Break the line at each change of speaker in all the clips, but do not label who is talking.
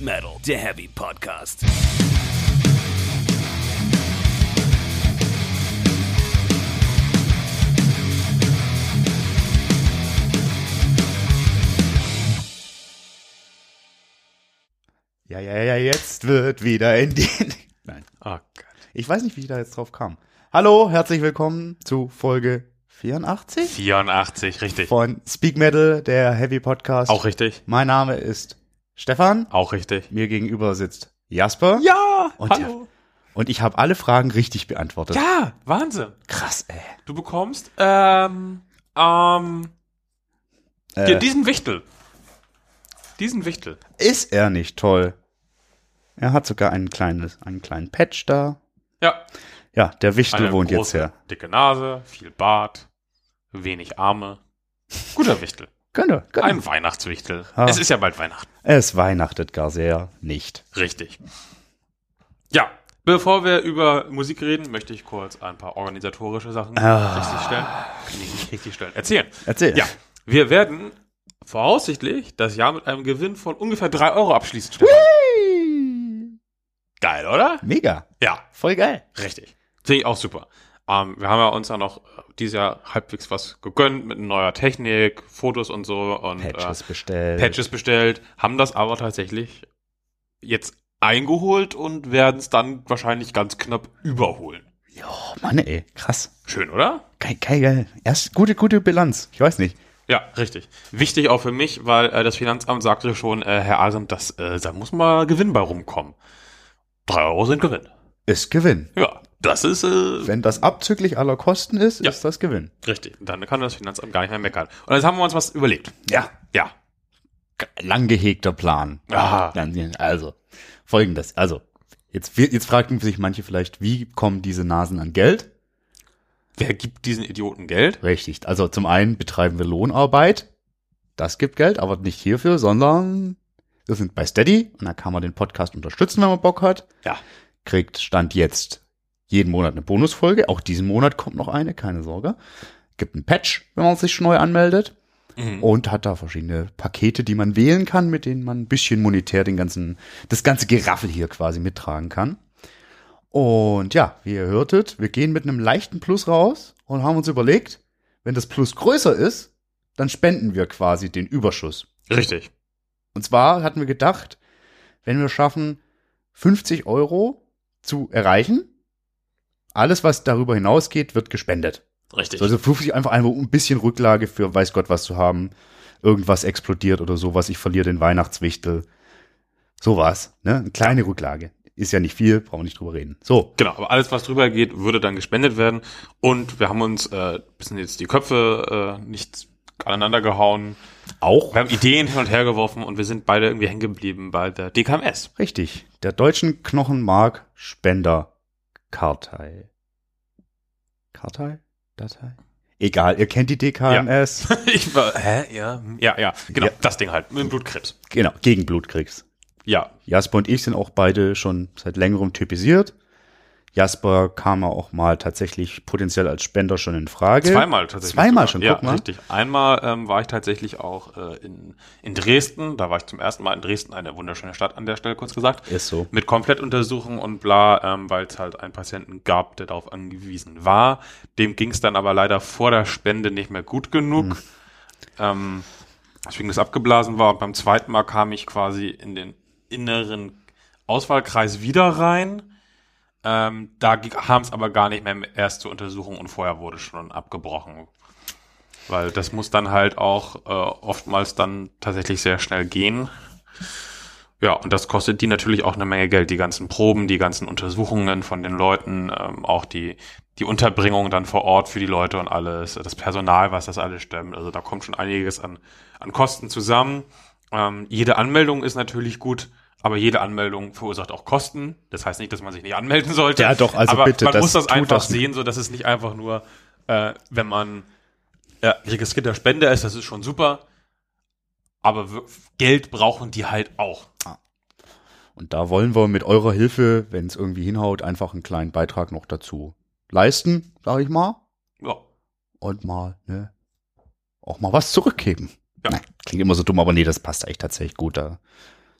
Metal, der Heavy Podcast.
Ja, ja, ja, jetzt wird wieder in den. Nein.
Oh Gott.
Ich weiß nicht, wie ich da jetzt drauf kam. Hallo, herzlich willkommen zu Folge 84
84, richtig.
von Speak Metal, der Heavy Podcast.
Auch richtig.
Mein Name ist Stefan.
Auch richtig.
Mir gegenüber sitzt Jasper.
Ja!
Und
hallo.
Und ich habe alle Fragen richtig beantwortet.
Ja, Wahnsinn.
Krass, ey.
Du bekommst ähm, ähm,
Äh,
hier, diesen Wichtel. Diesen Wichtel.
ist er nicht toll? Er hat sogar einen, kleines, einen kleinen Patch da.
Ja.
Ja, der Wichtel
Eine
wohnt
große,
jetzt her.
Dicke Nase, viel Bart, wenig Arme. Guter Wichtel.
Könnte, könnte.
Ein Weihnachtswichtel.
Ah.
Es ist ja bald Weihnachten.
Es weihnachtet gar sehr nicht.
Richtig. Ja. Bevor wir über Musik reden, möchte ich kurz ein paar organisatorische Sachen
Ah.
richtigstellen. Nee, nicht richtigstellen. Erzählen.
Erzähl.
Ja, wir werden voraussichtlich das Jahr mit einem Gewinn von ungefähr 3 Euro abschließen. Stefan. Geil, oder?
Mega.
Ja,
Voll geil.
richtig. Finde ich auch super. Ähm, wir haben ja uns ja noch äh, dieses Jahr halbwegs was gegönnt mit neuer Technik, Fotos und so und
Patches bestellt.
Äh, Patches bestellt, haben das aber tatsächlich jetzt eingeholt und werden es dann wahrscheinlich ganz knapp überholen.
Oh Mann, ey, krass.
Schön, oder?
Geil, geil, geil. Erst gute, gute Bilanz. Ich weiß nicht.
Ja, richtig. Wichtig auch für mich, weil äh, das Finanzamt sagte schon, äh, Herr Arendt, dass äh, da muss mal Gewinn bei rumkommen. Drei Euro sind Gewinn.
Ist Gewinn.
Ja, das ist äh,
Wenn das abzüglich aller Kosten ist,
Ja.
ist das Gewinn.
richtig. Dann kann das Finanzamt gar nicht mehr meckern. Und jetzt haben wir uns was überlegt.
Ja.
Ja,
Lang gehegter Plan.
Aha.
Dann- Also, folgendes. Also, jetzt, wir- jetzt fragen sich manche vielleicht, wie kommen diese Nasen an Geld?
wer gibt diesen Idioten Geld?
Richtig. Also, zum einen betreiben wir Lohnarbeit. Das gibt Geld, aber nicht hierfür, sondern wir sind bei Steady und da kann man den Podcast unterstützen, wenn man Bock hat.
Ja,
kriegt Stand jetzt jeden Monat eine Bonusfolge. Auch diesen Monat kommt noch eine, keine Sorge. Gibt einen Patch, wenn man sich neu anmeldet.
Mhm.
Und hat da verschiedene Pakete, die man wählen kann, mit denen man ein bisschen monetär den ganzen, das ganze Geraffel hier quasi mittragen kann. Und ja, wie ihr hörtet, wir gehen mit einem leichten Plus raus und haben uns überlegt, wenn das Plus größer ist, dann spenden wir quasi den Überschuss.
richtig.
Und zwar hatten wir gedacht, wenn wir schaffen, 50 Euro zu erreichen, alles, was darüber hinausgeht, wird gespendet.
Richtig.
So, also 50 einfach einfach ein bisschen Rücklage für weiß Gott was zu haben. Irgendwas explodiert oder sowas, ich verliere den Weihnachtswichtel. Sowas, ne? Eine kleine Rücklage. Ist ja nicht viel, brauchen wir nicht drüber reden. So,
Genau, aber alles, was drüber geht, würde dann gespendet werden. Und wir haben uns äh, bisschen jetzt die Köpfe äh, nicht aneinander gehauen.
auch
Wir haben Ideen hin und her geworfen und wir sind beide irgendwie hängen geblieben bei der DKMS.
richtig. Der deutschen Knochenmark Spender Kartei. Kartei? Datei? Egal, ihr kennt die DKMS.
Ich war, hä? Ja, ja, ja, genau,
Ja.
das Ding halt, mit dem Blutkrebs.
Genau, gegen Blutkrebs.
Ja,
Jasper und ich sind auch beide schon seit längerem typisiert. Jasper kam ja auch mal tatsächlich potenziell als Spender schon in Frage.
zweimal
Äh,
tatsächlich.
Zweimal
sogar.
schon,
ja,
guck mal.
richtig. Einmal ähm, war ich tatsächlich auch äh, in, in Dresden, da war ich zum ersten Mal in Dresden, eine wunderschöne Stadt an der Stelle, kurz gesagt.
Ist so.
Mit Komplettuntersuchung und bla, ähm, weil es halt einen Patienten gab, der darauf angewiesen war. Dem ging es dann aber leider vor der Spende nicht mehr gut genug.
Hm.
Ähm, deswegen das abgeblasen war. Und beim zweiten Mal kam ich quasi in den inneren Auswahlkreis wieder rein. Ähm, da kam es aber gar nicht mehr erst zur Untersuchung und vorher wurde schon abgebrochen. Weil das muss dann halt auch äh, oftmals dann tatsächlich sehr schnell gehen. Ja, und das kostet die natürlich auch eine Menge Geld. Die ganzen Proben, die ganzen Untersuchungen von den Leuten, ähm, auch die, die Unterbringung dann vor Ort für die Leute und alles, das Personal, was das alles stemmt. Also da kommt schon einiges an, an Kosten zusammen. Ähm, jede Anmeldung ist natürlich gut, aber jede Anmeldung verursacht auch Kosten. Das heißt nicht, dass man sich nicht anmelden sollte.
Ja, doch, also
aber
bitte,
Man
das
muss das
tut
einfach
das nicht.
sehen, so dass es nicht einfach nur, äh, wenn man ja, registrierter Spender ist, das ist schon super. Aber wir- Geld brauchen die halt auch.
Und da wollen wir mit eurer Hilfe, wenn es irgendwie hinhaut, einfach einen kleinen Beitrag noch dazu leisten, sage ich mal.
Ja,
Und mal, ne? Auch mal was zurückgeben.
Ja.
Nein, klingt immer so dumm, aber nee, das passt eigentlich tatsächlich gut. Da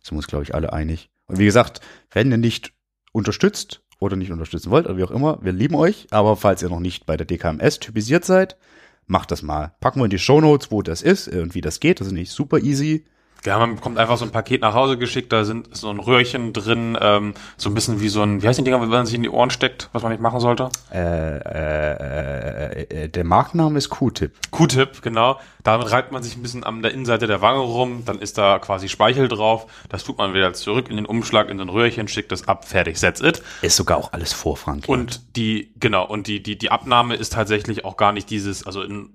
Sind wir uns, glaube ich, alle einig. Und wie gesagt, wenn ihr nicht unterstützt oder nicht unterstützen wollt oder wie auch immer, wir lieben euch. Aber falls ihr noch nicht bei der DKMS typisiert seid, macht das mal. Packen wir in die Shownotes, wo das ist äh, und wie das geht. Das ist nicht super easy.
Ja, man bekommt einfach so ein Paket nach Hause geschickt, da sind ist so ein Röhrchen drin, ähm, so ein bisschen wie so ein, wie heißt die Dinger, wenn man sich in die Ohren steckt, was man nicht machen sollte?
Äh, äh, äh, äh, der Markenname ist Q-Tip.
Q-Tip, genau. Damit reibt man sich ein bisschen an der Innenseite der Wange rum, dann ist da quasi Speichel drauf, das tut man wieder zurück in den Umschlag, in den Röhrchen, schickt das ab, fertig, that's it.
Ist sogar auch alles vor Frank.
Und die, genau, und die, die, die Abnahme ist tatsächlich auch gar nicht dieses, also in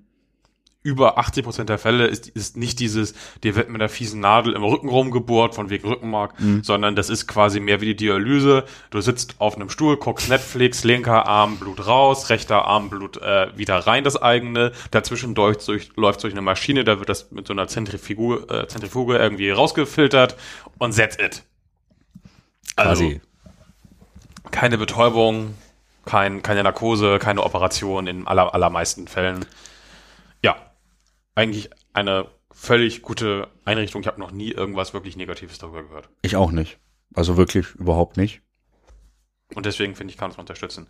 über 80 Prozent der Fälle ist, ist nicht dieses, dir wird mit einer fiesen Nadel im Rücken rumgebohrt, von wegen Rückenmark, sondern das ist quasi mehr wie die Dialyse. Du sitzt auf einem Stuhl, guckst Netflix, linker Arm Blut raus, rechter Arm Blut äh, wieder rein, das eigene. Dazwischen durch, durch, läuft durch eine Maschine, da wird das mit so einer Zentrifuge, äh, Zentrifuge irgendwie rausgefiltert und that's it. Also
quasi.
keine Betäubung, kein, keine Narkose, keine Operation in aller, allermeisten Fällen. Ja, eigentlich eine völlig gute Einrichtung. Ich habe noch nie irgendwas wirklich Negatives darüber gehört.
Ich auch nicht. Also wirklich überhaupt nicht.
Und deswegen finde ich, kann es man unterstützen.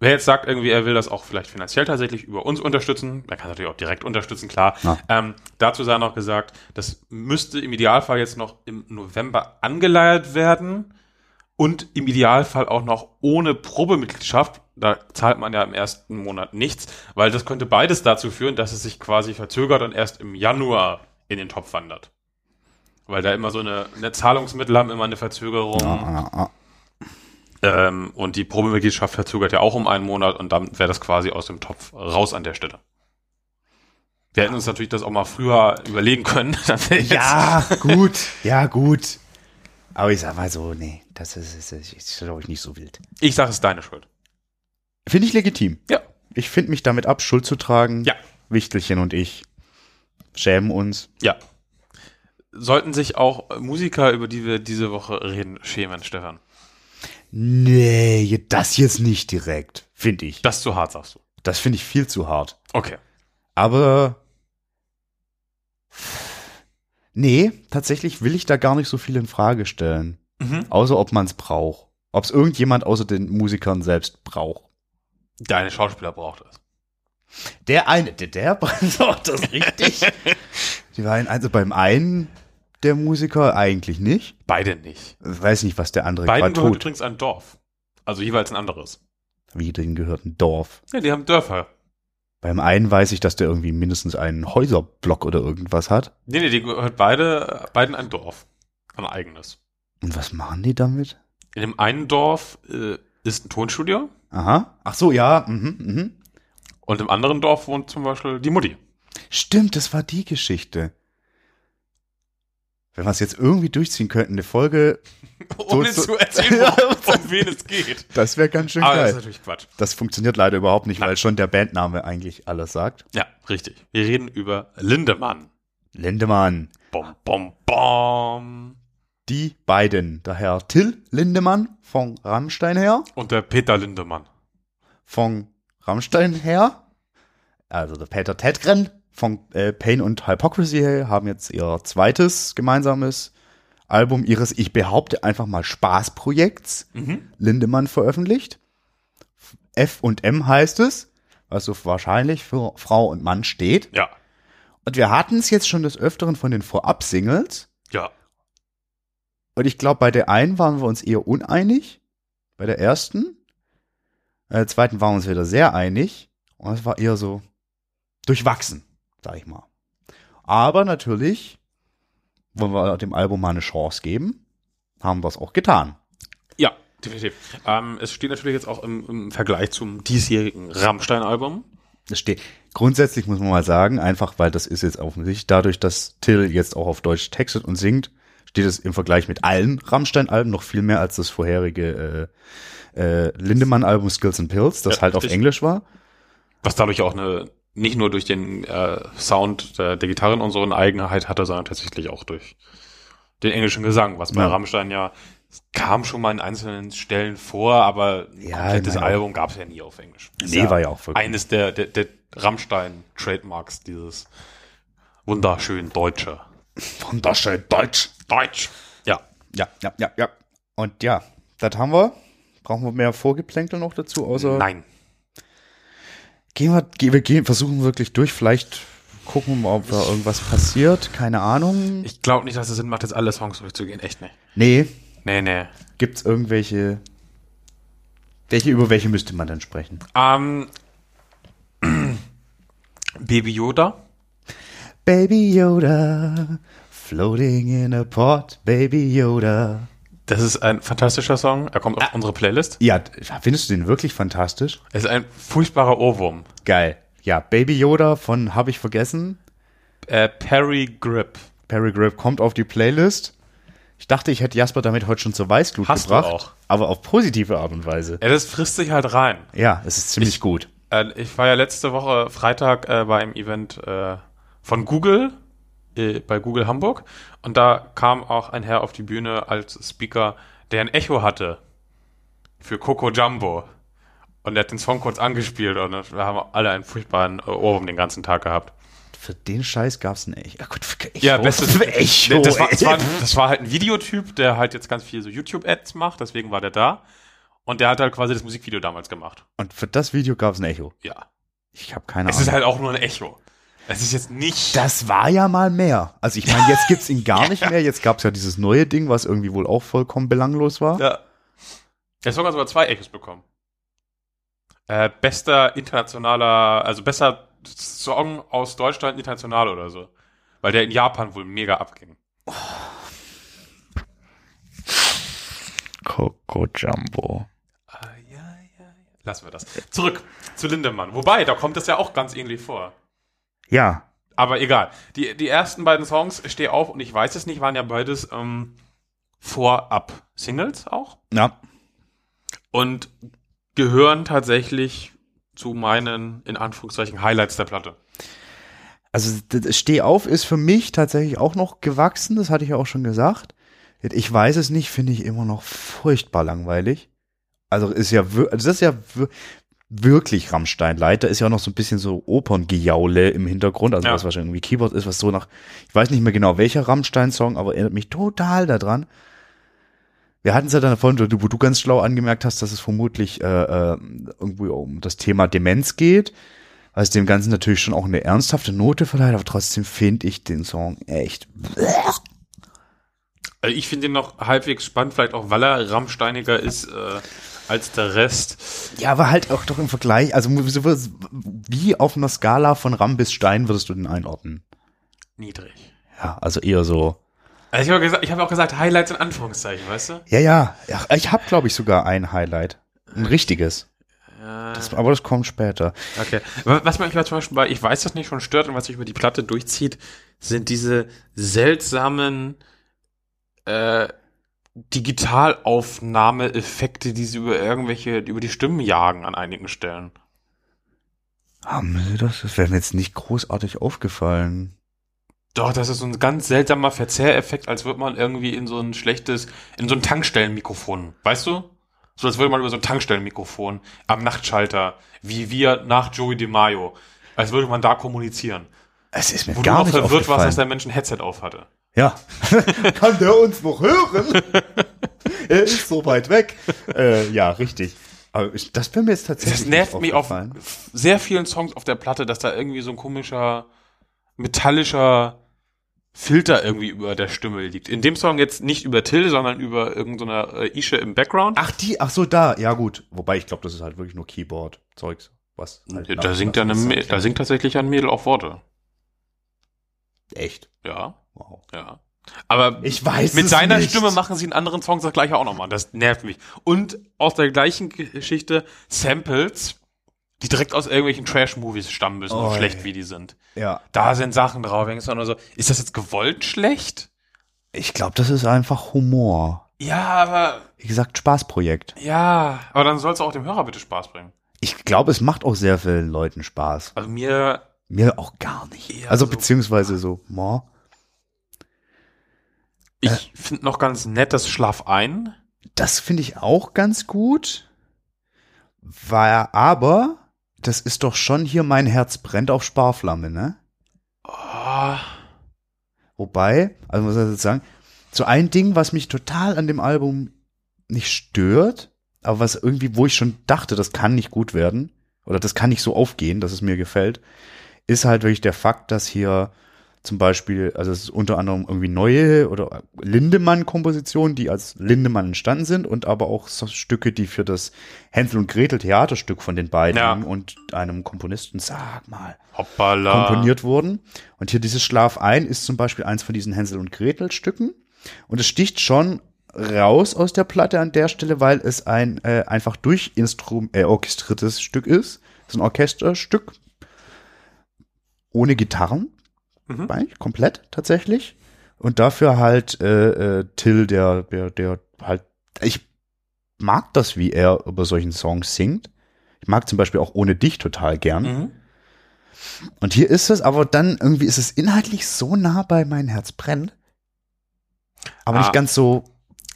Wer jetzt sagt, irgendwie, er will das auch vielleicht finanziell tatsächlich über uns unterstützen, er kann es natürlich auch direkt unterstützen, klar.
Ja.
Ähm, dazu sei noch gesagt, das müsste im Idealfall jetzt noch im November angeleiert werden und im Idealfall auch noch ohne Probemitgliedschaft. Da zahlt man ja im ersten Monat nichts, weil das könnte beides dazu führen, dass es sich quasi verzögert und erst im Januar in den Topf wandert. Weil da immer so eine, eine Zahlungsmittel haben immer eine Verzögerung.
Ah, ah, ah.
Ähm, und die Probemitgliedschaft verzögert ja auch um einen Monat und dann wäre das quasi aus dem Topf raus an der Stelle. Wir hätten uns natürlich das auch mal früher überlegen können. Dann wäre jetzt-
Ja, gut. Ja, gut. Aber ich sag mal so, nee, das ist, ist, ist, ist glaube ich, nicht so wild.
Ich sage, es ist deine Schuld.
Finde ich legitim.
Ja.
Ich finde mich damit ab, Schuld zu tragen.
Ja.
Wichtelchen und ich schämen uns.
Ja. Sollten sich auch Musiker, über die wir diese Woche reden, schämen, Stefan.
Nee, das jetzt nicht direkt, finde ich.
Das ist zu hart, sagst du.
Das finde ich viel zu hart.
Okay.
Aber nee, tatsächlich will ich da gar nicht so viel in Frage stellen.
Mhm.
Außer ob man es braucht. Ob es irgendjemand außer den Musikern selbst braucht.
Deine Schauspieler braucht es.
Der eine, der, der braucht das richtig. Die waren also beim einen der Musiker eigentlich nicht.
Beide nicht.
Ich weiß nicht, was der andere
Beiden
gerade
gehört
tut.
übrigens ein Dorf. Also jeweils ein anderes.
Wie denen gehört ein Dorf.
Ja, die haben Dörfer.
Beim einen weiß ich, dass der irgendwie mindestens einen Häuserblock oder irgendwas hat.
Nee, nee, die gehört beide, beiden ein Dorf. Ein eigenes.
Und was machen die damit?
In dem einen Dorf äh, ist ein Tonstudio
Aha. Ach so, ja. Mhm, mhm.
und im anderen Dorf wohnt zum Beispiel die Mutti.
Stimmt, das war die Geschichte. Wenn wir es jetzt irgendwie durchziehen könnten, eine Folge,
Ohne
so-
Um zu erzählen, worum- um wen es geht.
das wäre ganz schön
Aber das ist
geil.
natürlich Quatsch.
Das funktioniert leider überhaupt nicht, weil schon der Bandname eigentlich alles sagt.
Ja, richtig. Wir reden über Lindemann.
Lindemann.
Bom, bom, bom.
Die beiden. Der Herr Till Lindemann von Rammstein her.
Und der Peter Lindemann.
Von Rammstein her. Also der Peter Tedgren von äh, Pain und Hypocrisy her haben jetzt ihr zweites gemeinsames Album ihres, ich behaupte einfach mal Spaßprojekts.
Mhm.
Lindemann veröffentlicht. F und M heißt es, was so wahrscheinlich für Frau und Mann steht.
Ja,
Und wir hatten es jetzt schon des Öfteren von den Vorab-Singles.
ja.
Und ich glaube, bei der einen waren wir uns eher uneinig. Bei der ersten. Bei der zweiten waren wir uns wieder sehr einig. Und es war eher so durchwachsen, sag ich mal. Aber natürlich wollen wir dem Album mal eine Chance geben. Haben wir es auch getan.
Ja, definitiv. Ähm, es steht natürlich jetzt auch im, im Vergleich zum diesjährigen Rammstein-Album.
Das steht. Grundsätzlich muss man mal sagen, einfach weil das ist jetzt offensichtlich, dadurch, dass Till jetzt auch auf Deutsch textet und singt, steht es im Vergleich mit allen Rammstein-Alben noch viel mehr als das vorherige äh, äh, Lindemann-Album Skills and Pills, das
Ja,
halt auf
richtig.
Englisch war.
Was dadurch auch eine, nicht nur durch den äh, Sound der, der Gitarren und so eine Eigenheit hatte, sondern tatsächlich auch durch den englischen Gesang, was bei
Ja.
Rammstein ja es kam schon mal in einzelnen Stellen vor, aber ein
Ja, ich
komplettes
meine auch-
Album gab es ja nie auf Englisch. Ist
Nee, war ja auch vollkommen-
Eines der, der, der Rammstein-Trademarks, dieses wunderschön Deutsche.
Wunderschön Deutsch.
Deutsch. Ja.
Ja, ja, ja, ja. Und ja, das haben wir. Brauchen wir mehr Vorgeplänkel noch dazu, außer.
Nein.
Gehen wir, gehen, wir gehen, versuchen wirklich durch. Vielleicht gucken wir mal, ob da irgendwas passiert. Keine Ahnung.
Ich glaube nicht, dass es Sinn macht, jetzt alle Songs durchzugehen. Echt nicht.
Nee,
Nee, nee.
gibt's irgendwelche. Welche, über welche müsste man dann sprechen?
Ähm, Baby Yoda.
Baby Yoda, floating in a pot, Baby Yoda.
Das ist ein fantastischer Song. Er kommt auf unsere Playlist.
Ja, d- findest du den wirklich fantastisch?
Ah. Es ist ein furchtbarer Ohrwurm.
Geil. Ja, Baby Yoda von Hab ich vergessen.
Äh, Perry Grip.
Paragraph kommt auf die Playlist. Ich dachte, ich hätte Jasper damit heute schon zur Weißglut
Hast du
gebracht.
auch.
Aber auf positive Art und Weise.
Ja, das frisst sich halt rein.
Ja, es ist ziemlich gut.
Äh, ich war ja letzte Woche Freitag äh, bei einem Event äh, von Google, äh, bei Google Hamburg. Und da kam auch ein Herr auf die Bühne als Speaker, der ein Echo hatte für Coco Jumbo. Und der hat den Song kurz angespielt und wir haben alle einen furchtbaren äh, Ohrwurm den ganzen Tag gehabt.
Für den Scheiß gab's ein Echo. Ja, gut, für Echo.
Ja, bestes
für Echo.
Nee, Das war,
ey.
das, war, das war halt ein Videotyp, der halt jetzt ganz viel so YouTube-Ads macht, deswegen war der da. Und der hat halt quasi das Musikvideo damals gemacht.
und für das Video gab's ein Echo.
Ja.
Ich habe keine
Es
Ahnung.
ist halt auch nur ein Echo. Es ist jetzt nicht.
das war ja mal mehr. Also ich meine, jetzt gibt's ihn gar nicht mehr. Jetzt gab's ja dieses neue Ding, was irgendwie wohl auch vollkommen belanglos war.
Ja. Er hat sogar sogar zwei Echos bekommen. Äh, bester internationaler, also bester Song aus Deutschland international oder so. Weil der in Japan wohl mega abging.
Coco Jumbo.
Lassen wir das. Zurück zu Lindemann. Wobei, da kommt das ja auch ganz ähnlich vor.
Ja,
Aber egal. Die, die ersten beiden Songs, Steh auf und ich weiß es nicht, waren ja beides ähm, Vorab-Singles auch.
ja.
Und gehören tatsächlich zu meinen, in Anführungszeichen, Highlights der Platte.
Also d- d- Steh auf ist für mich tatsächlich auch noch gewachsen, das hatte ich ja auch schon gesagt. Ich weiß es nicht, finde ich immer noch furchtbar langweilig. Also ist ja wir- also das ist ja wir- wirklich Rammstein Leiter ist ja auch noch so ein bisschen so Operngejaule im Hintergrund, also
Ja.
was wahrscheinlich irgendwie Keyboard ist, was so nach ich weiß nicht mehr genau welcher Rammstein Song, aber erinnert mich total daran. Wir hatten es ja dann vorhin, wo du, wo du ganz schlau angemerkt hast, dass es vermutlich äh, äh, irgendwie um das Thema Demenz geht was dem Ganzen natürlich schon auch eine ernsthafte Note verleiht, aber trotzdem finde ich den Song echt.
Also ich finde ihn noch halbwegs spannend, vielleicht auch, weil er rammsteiniger ist äh, als der Rest.
Ja, aber halt auch doch im Vergleich, also mu- so was- wie auf einer Skala von Ram bis Stein würdest du den einordnen?
Niedrig.
Ja, also eher so.
Also ich habe gesagt, ich habe auch gesagt, Highlights in Anführungszeichen, weißt du?
Ja, ja, ja ich habe glaube ich sogar ein Highlight, ein richtiges.
Äh,
Das, aber das kommt später.
Okay. Wa- Was mich aber zum Beispiel bei Ich weiß das nicht schon stört und was sich über die Platte durchzieht, sind diese seltsamen äh, Digitalaufnahmeeffekte, die sie über irgendwelche, über die Stimmen jagen an einigen Stellen.
Haben sie Ah, das? Das wäre mir jetzt nicht großartig aufgefallen.
Doch, das ist so ein ganz seltsamer Verzehreffekt, als würde man irgendwie in so ein schlechtes, in so ein Tankstellenmikrofon, weißt du? So als würde man über so ein Tankstellenmikrofon am Nachtschalter, wie wir nach Joey DeMaio, als würde man da kommunizieren.
Es ist mir
Wo
gar
du
nicht
noch verwirrt warst, dass
aufgefallen.
der Mensch ein Headset auf hatte.
Ja. Kann der uns noch hören? er ist so weit weg. Äh, ja, richtig. Aber ich, das wäre mir jetzt tatsächlich
Das nervt mich auf
aufgefallen.
sehr vielen Songs auf der Platte, dass da irgendwie so ein komischer, metallischer Filter irgendwie über der Stimme liegt. In dem Song jetzt nicht über Till, sondern über irgendeine äh, Ische im Background.
Ach, die, ach so, da, ja gut. Wobei ich glaube, das ist halt wirklich nur Keyboard-Zeugs. Was? Halt
da, singt ja eine, Mä- da singt tatsächlich ein Mädel auch Worte.
Echt.
Ja,
Wow.
ja. Aber
Ich weiß
mit
es
seiner
nicht.
Stimme machen sie in anderen Songs das gleiche auch nochmal. Das nervt mich. Und aus der gleichen Geschichte Samples, die direkt aus irgendwelchen Trash-Movies stammen müssen,
Oh,
so schlecht
ey.
wie die sind.
Ja.
Da sind Sachen drauf, denkst du nur so, ist das jetzt gewollt schlecht?
Ich glaube, das ist einfach Humor.
Ja, aber,
Wie gesagt, Spaßprojekt.
ja, aber dann soll es auch dem Hörer bitte Spaß bringen.
Ich glaube, es macht auch sehr vielen Leuten Spaß.
Also mir,
Mir auch gar nicht.
Ja,
also
so-
beziehungsweise so, mo.
ich finde noch ganz nett das Schlaf ein.
Das finde ich auch ganz gut. War aber, das ist doch schon hier mein Herz brennt auf Sparflamme, ne?
Oh,
Wobei, also muss ich jetzt sagen, zu ein Ding, was mich total an dem Album nicht stört, aber was irgendwie, wo ich schon dachte, das kann nicht gut werden oder das kann nicht so aufgehen, dass es mir gefällt, ist halt wirklich der Fakt, dass hier zum Beispiel, also es ist unter anderem irgendwie neue oder Lindemann-Kompositionen, die als Lindemann entstanden sind und aber auch so Stücke, die für das Hänsel und Gretel Theaterstück von den beiden
Ja.
und einem Komponisten, sag mal,
Hoppala.
komponiert wurden. Und hier dieses Schlaf ein ist zum Beispiel eins von diesen Hänsel und Gretel Stücken. Und es sticht schon raus aus der Platte an der Stelle, weil es ein äh, einfach durch Instrum äh, orchestriertes Stück ist. Es ist ein Orchesterstück ohne Gitarren,
Mhm.
bei, komplett tatsächlich. Und dafür halt äh, äh, Till, der, der, der halt, ich mag das, wie er über solchen Songs singt. Ich mag zum Beispiel auch ohne dich total gern.
Mhm.
Und hier ist es, aber dann irgendwie ist es inhaltlich so nah bei mein Herz brennt. Aber
Ah.
nicht ganz so.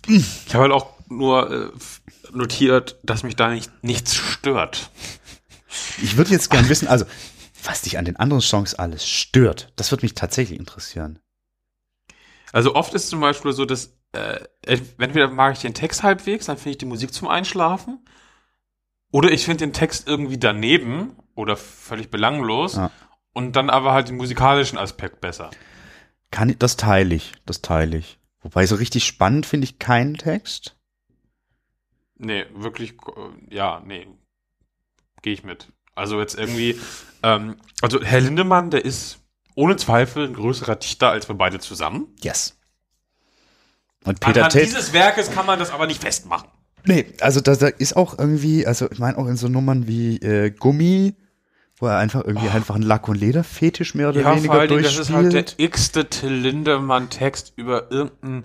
Ich habe halt auch nur äh, f- notiert, dass mich da nicht, nichts stört.
Ich würde jetzt gern wissen, also, was dich an den anderen Songs alles stört, das würde mich tatsächlich interessieren.
Also oft ist zum Beispiel so, dass äh, ent- entweder mag ich den Text halbwegs, dann finde ich die Musik zum Einschlafen. Oder ich finde den Text irgendwie daneben oder völlig belanglos.
Ja.
Und dann aber halt den musikalischen Aspekt besser.
Kann ich, das teile ich, das teile ich. Wobei so richtig spannend finde ich keinen Text.
Nee, wirklich, äh, ja, nee. Gehe ich mit. Also jetzt irgendwie, ähm, also Herr Lindemann, der ist ohne Zweifel ein größerer Dichter als wir beide zusammen.
Yes. Und Peter
Anhand
Tate.
dieses Werkes kann man das aber nicht festmachen.
Nee, also da, da ist auch irgendwie, also ich meine auch in so Nummern wie äh, Gummi, wo er einfach irgendwie einfach einen Lack- und Lederfetisch mehr oder
Oh. Ja, vor
weniger
allen Dingen, das
durchspielt.
ist halt der x-te Till Lindemann-Text über irgendein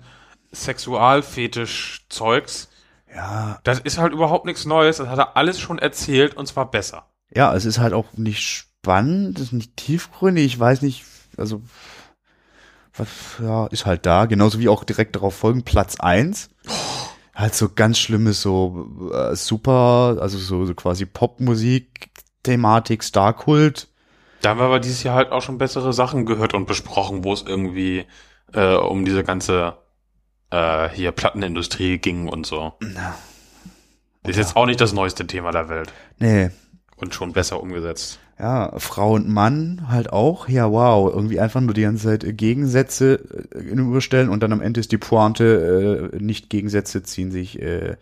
Sexualfetisch-Zeugs.
ja,
Das ist halt überhaupt nichts Neues. Das hat er alles schon erzählt und zwar besser.
ja, es ist halt auch nicht spannend, es ist nicht tiefgründig, ich weiß nicht, also was, ja, ist halt da, genauso wie auch direkt darauf folgen, Platz eins Halt so ganz schlimmes, so äh, super, also so, so quasi Popmusik, Thematik, Starkult.
Da haben wir aber dieses Jahr halt auch schon bessere Sachen gehört und besprochen, wo es irgendwie äh, um diese ganze äh, hier Plattenindustrie ging und so. Ist jetzt auch nicht das neueste Thema der Welt
Nee,
und schon besser umgesetzt.
ja, Frau und Mann halt auch, ja wow, irgendwie einfach nur die ganze Zeit äh, Gegensätze äh, gegenüberstellen und dann am Ende ist die Pointe, äh, nicht Gegensätze ziehen sich äh,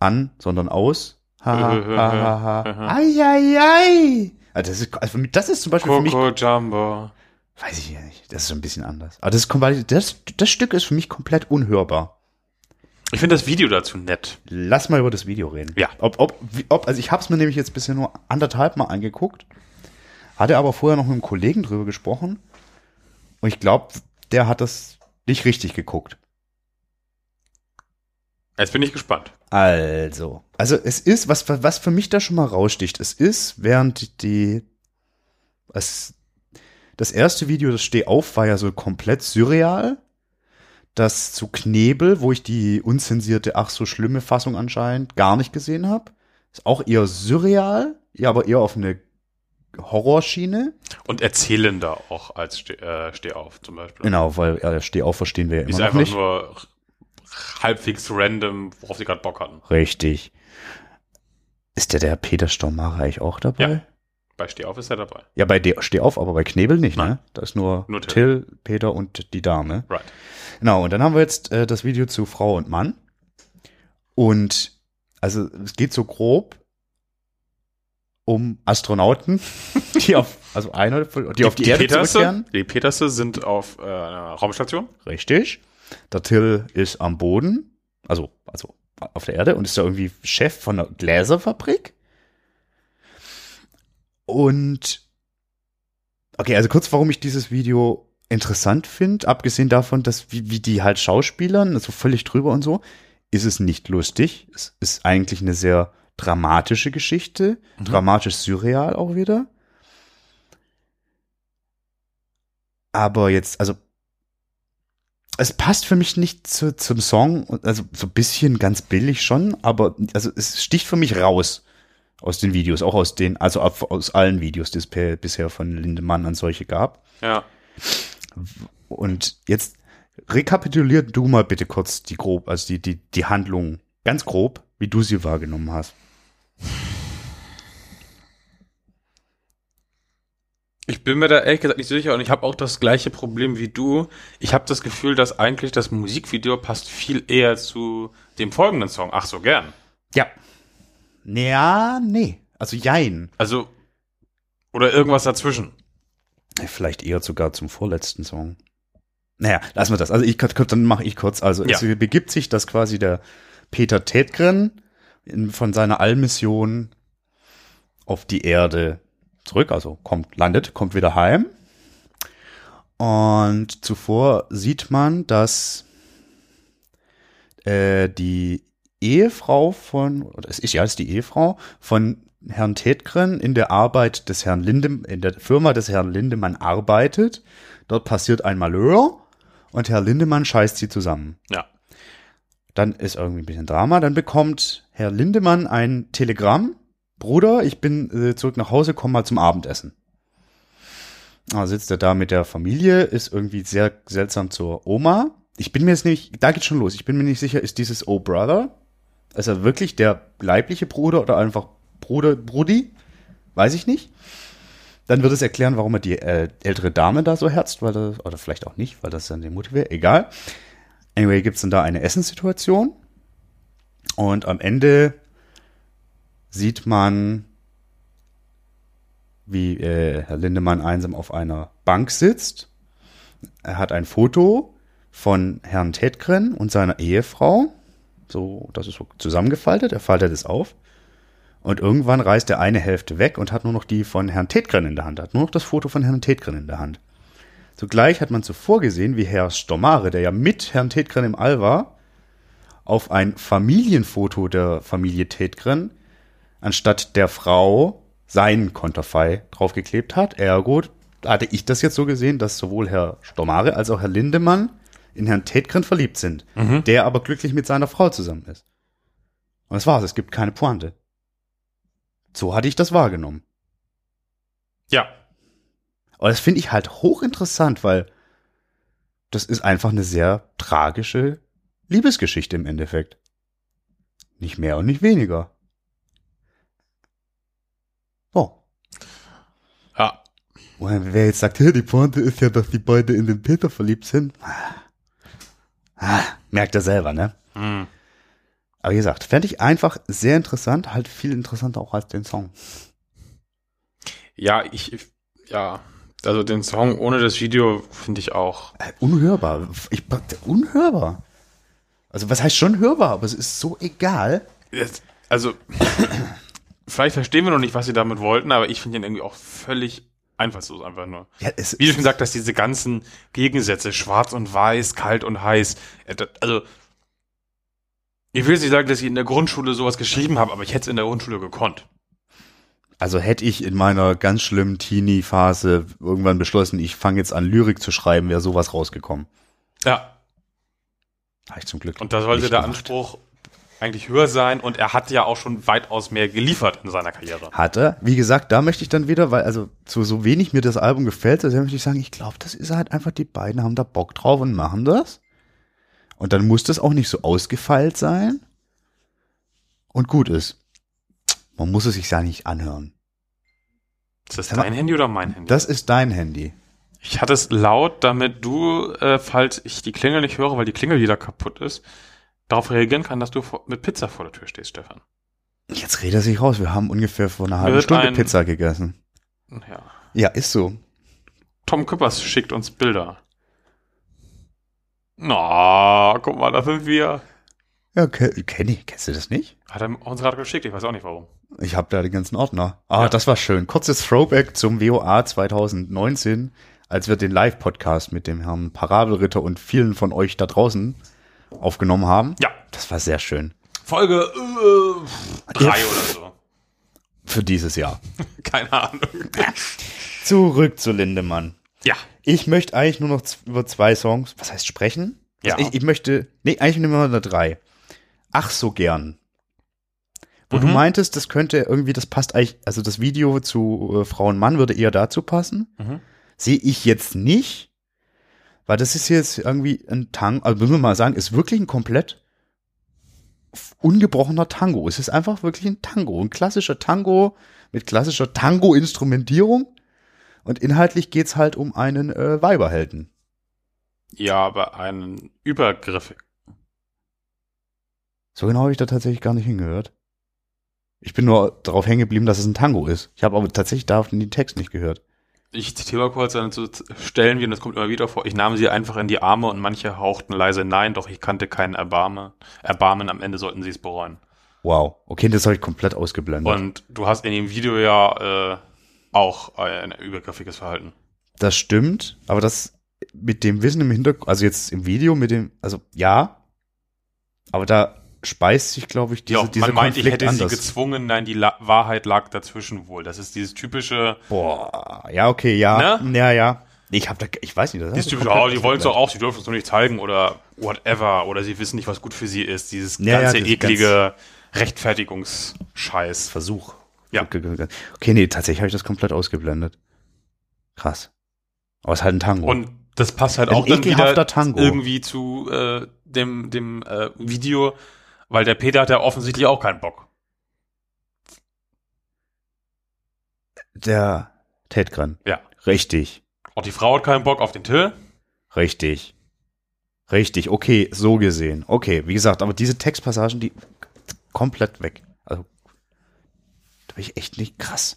an, sondern aus. Ha, ha, ha, ha, ha. Ai, ai, ai. Also das, ist, also für mich- das ist zum Beispiel für mich,
Coco Jumbo.
weiß ich ja nicht, das ist so ein bisschen anders. Aber das, ist komplett- das, das Stück ist für mich komplett unhörbar.
Ich finde das Video dazu nett.
Lass mal über das Video reden.
Ja.
Ob, ob, wie- ob, also ich habe es mir nämlich jetzt bisher nur anderthalb Mal angeguckt, hatte aber vorher noch mit einem Kollegen drüber gesprochen und ich glaube, der hat das nicht richtig geguckt.
Jetzt bin ich gespannt.
Also, also es ist, was, was für mich da schon mal raussticht, es ist, während die, es, das erste Video, das Steh auf, war ja so komplett surreal. Das zu Knebel, wo ich die unzensierte, ach so schlimme Fassung anscheinend gar nicht gesehen habe, ist auch eher surreal, ja, aber eher auf eine Horrorschiene.
Und erzählender auch als Ste äh, Stehauf zum Beispiel.
Genau, weil äh, Steh auf verstehen wir ja immer
Ist
noch
einfach
nicht.
nur halbwegs random, worauf sie gerade Bock hatten.
Richtig. Ist der der Peter Stormare eigentlich auch dabei?
Ja. Bei Stehauf ist er dabei.
Ja, bei der steh auf, aber bei Knebel nicht,
Nein.
ne? Da ist nur,
Nur
Till. Peter und die Dame.
Right.
Genau, und dann haben wir jetzt äh, das Video zu Frau und Mann. Und also es geht so grob um Astronauten, die auf, also einer, von- die auf die, Erde zurückkehren.
die Peterse sind auf äh, einer Raumstation.
Richtig. Der Till ist am Boden, also, also auf der Erde und ist da irgendwie Chef von einer Gläserfabrik. Und okay, also kurz, warum ich dieses Video interessant finde, abgesehen davon, dass wie, wie die halt Schauspielern, so völlig drüber und so, ist es nicht lustig. Es ist eigentlich eine sehr dramatische Geschichte, dramatisch surreal auch wieder. Aber jetzt, also es passt für mich nicht zu, zum Song, und also so ein bisschen ganz billig schon, aber also es sticht für mich raus aus den Videos, auch aus den, also ab- aus allen Videos, die es per, bisher von Lindemann an solche gab.
Ja.
Und jetzt Rekapitulier du mal bitte kurz die grob, also die, die, die Handlung, ganz grob, wie du sie wahrgenommen hast.
Ich bin mir da ehrlich gesagt nicht so sicher und ich habe auch das gleiche Problem wie du. Ich habe das Gefühl, dass eigentlich das Musikvideo passt viel eher zu dem folgenden Song. Ach so gern.
Ja. Ja, nee. Also jein.
Also oder irgendwas dazwischen.
Vielleicht eher sogar zum vorletzten Song. Naja, lassen wir das. Also ich dann mache ich kurz. Also es begibt sich, dass quasi der Peter Tätgren in, von seiner Allmission auf die Erde zurück, also kommt, landet, kommt wieder heim. Und zuvor sieht man, dass äh, die Ehefrau von, oder es ist ja es ist die Ehefrau von Herrn Tedgren in der Arbeit des Herrn Lindem, in der Firma des Herrn Lindemann arbeitet. Dort passiert ein Malheur und Herr Lindemann scheißt sie zusammen.
Ja.
Dann ist irgendwie ein bisschen Drama. Dann bekommt Herr Lindemann ein Telegramm. Bruder, ich bin äh, zurück nach Hause, komm mal zum Abendessen. Da sitzt er da mit der Familie, ist irgendwie sehr seltsam zur Oma. Ich bin mir jetzt nicht, da geht's schon los. Ich bin mir nicht sicher, ist dieses Oh Brother, ist er wirklich der leibliche Bruder oder einfach Bruder, Brudi? Weiß ich nicht. Dann wird es erklären, warum er die äh, ältere Dame da so herzt, weil das, oder vielleicht auch nicht, weil das dann die Mutter wäre, egal. Anyway, gibt's dann da eine Essenssituation. Und am Ende sieht man, wie äh, Herr Lindemann einsam auf einer Bank sitzt. Er hat ein Foto von Herrn Tedgren und seiner Ehefrau. So, das ist so zusammengefaltet. Er faltet es auf. Und irgendwann reißt er eine Hälfte weg und hat nur noch die von Herrn Tedgren in der Hand. Hat nur noch das Foto von Herrn Tedgren in der Hand. Zugleich hat man zuvor gesehen, wie Herr Stomare, der ja mit Herrn Tedgren im All war, auf ein Familienfoto der Familie Tedgren anstatt der Frau seinen Konterfei draufgeklebt hat. Ergo hatte ich das jetzt so gesehen, dass sowohl Herr Stomare als auch Herr Lindemann in Herrn Tedgren verliebt sind,
Mhm.
der aber glücklich mit seiner Frau zusammen ist. Und das war's, es gibt keine Pointe. So hatte ich das wahrgenommen.
Ja.
Aber das finde ich halt hochinteressant, weil das ist einfach eine sehr tragische Liebesgeschichte im Endeffekt. Nicht mehr und nicht weniger. So,
Ja.
Und wer jetzt sagt, "Hä, die Pointe ist ja, dass die beide in den Peter verliebt sind. Ah, merkt er selber, ne?
Hm.
Aber wie gesagt, fände ich einfach sehr interessant, halt viel interessanter auch als den Song.
Ja, ich, ich ja, also den Song ohne das Video finde ich auch.
Äh, Unhörbar. Ich, unhörbar. Also was heißt schon hörbar, aber es ist so egal.
Jetzt- Also vielleicht verstehen wir noch nicht, was sie damit wollten, aber ich finde ihn irgendwie auch völlig einfallslos einfach nur.
Ja, es,
Wie du schon gesagt hast, diese ganzen Gegensätze, schwarz und weiß, kalt und heiß. äh, das- Also, ich will jetzt nicht sagen, dass ich in der Grundschule sowas geschrieben habe, aber ich hätte es in der Grundschule gekonnt.
Also hätte ich in meiner ganz schlimmen Teenie-Phase irgendwann beschlossen, ich fange jetzt an Lyrik zu schreiben, wäre sowas rausgekommen.
Ja.
Habe ich zum Glück.
Und da sollte
nicht
der
gemacht.
Anspruch eigentlich höher sein und er hat ja auch schon weitaus mehr geliefert in seiner Karriere.
Hat er. Wie gesagt, da möchte ich dann wieder, weil also so, so wenig mir das Album gefällt, also möchte ich sagen, ich glaube, das ist halt einfach, die beiden haben da Bock drauf und machen das. Und dann muss das auch nicht so ausgefeilt sein. Und gut ist. Man muss es sich ja nicht anhören.
Ist das
Sag mal-
dein Handy oder mein Handy?
Das ist dein Handy.
Ich hatte es laut, damit du, äh, falls ich die Klingel nicht höre, weil die Klingel wieder kaputt ist, darauf reagieren kann, dass du vor, mit Pizza vor der Tür stehst, Stefan.
Jetzt redet er sich raus. Wir haben ungefähr vor einer halben
Wird
Stunde
ein-
Pizza gegessen.
Ja.
Ja, ist so.
Tom Küppers schickt uns Bilder. Na, guck mal, da sind wir.
Ja, ke- kenn ich. Kennst du das nicht?
Hat er uns gerade geschickt, ich weiß auch nicht warum.
Ich habe da den ganzen Ordner. Ah,
Ja.
das war schön. Kurzes Throwback zum WOA 2019, als wir den Live-Podcast mit dem Herrn Parabelritter und vielen von euch da draußen aufgenommen haben.
Ja,
Das war sehr schön.
Folge äh, drei
Ja.
oder so.
Für dieses Jahr.
Keine Ahnung.
Zurück zu Lindemann.
Ja,
Ich möchte eigentlich nur noch z- über zwei Songs, was heißt sprechen?
Ja.
Also ich, ich möchte, nee, eigentlich nehmen wir nur drei. Ach so gern. Wo
Mhm.
du meintest, das könnte irgendwie, das passt eigentlich, also das Video zu äh, Frau und Mann würde eher dazu passen.
Mhm.
Sehe ich jetzt nicht, Weil das ist jetzt irgendwie ein Tango, also müssen wir mal sagen, ist wirklich ein komplett f- ungebrochener Tango. Es ist einfach wirklich ein Tango, ein klassischer Tango mit klassischer Tango-Instrumentierung. Und inhaltlich geht's halt um einen äh, Weiberhelden.
Ja, aber einen Übergriff.
So genau habe ich da tatsächlich gar nicht hingehört. Ich bin nur darauf hängen geblieben, dass es ein Tango ist. Ich habe aber tatsächlich da auf den Text nicht gehört.
Ich zitiere mal kurz an zu Stellen, wie, und das kommt immer wieder vor, ich nahm sie einfach in die Arme und manche hauchten leise Nein, doch ich kannte keinen Erbarme. Erbarmen, am Ende sollten sie es bereuen.
Wow. Okay, das habe ich komplett ausgeblendet.
Und du hast in dem Video ja äh, auch ein übergriffiges Verhalten.
Das stimmt, aber das mit dem Wissen im Hintergrund, also jetzt im Video mit dem, also ja, aber da speist sich, glaube ich, diese,
ja,
dieser
man meint, ich
Konflikt
hätte sie
anders.
gezwungen, nein, die La Wahrheit lag dazwischen wohl. Das ist dieses typische,
Boah, ja, okay, ja,
Ne?
ja, ja. Ich habe da, ich weiß nicht, das
dieses
hab ich
typische,
komplett
oh, die wollen es doch
ausgeblendet.
auch, sie dürfen es nur nicht zeigen oder whatever, oder sie wissen nicht, was gut für sie ist. Dieses
Ja, ja,
ganze
das
eklige Rechtfertigungsscheiß.
Versuch.
Ja.
Okay, nee, tatsächlich habe ich das komplett ausgeblendet. Krass. Aber es ist halt ein Tango.
Und das passt halt
Ein
auch dann
ekelhafter
wieder
Tango.
irgendwie zu äh, dem, dem äh, Video, weil der Peter hat ja offensichtlich auch keinen Bock.
der Tedgren.
Ja.
Richtig.
Auch die Frau hat keinen Bock auf den Till.
Richtig. Richtig, okay, so gesehen. Okay, wie gesagt, aber diese Textpassagen, die komplett weg. Also, da bin ich echt nicht krass.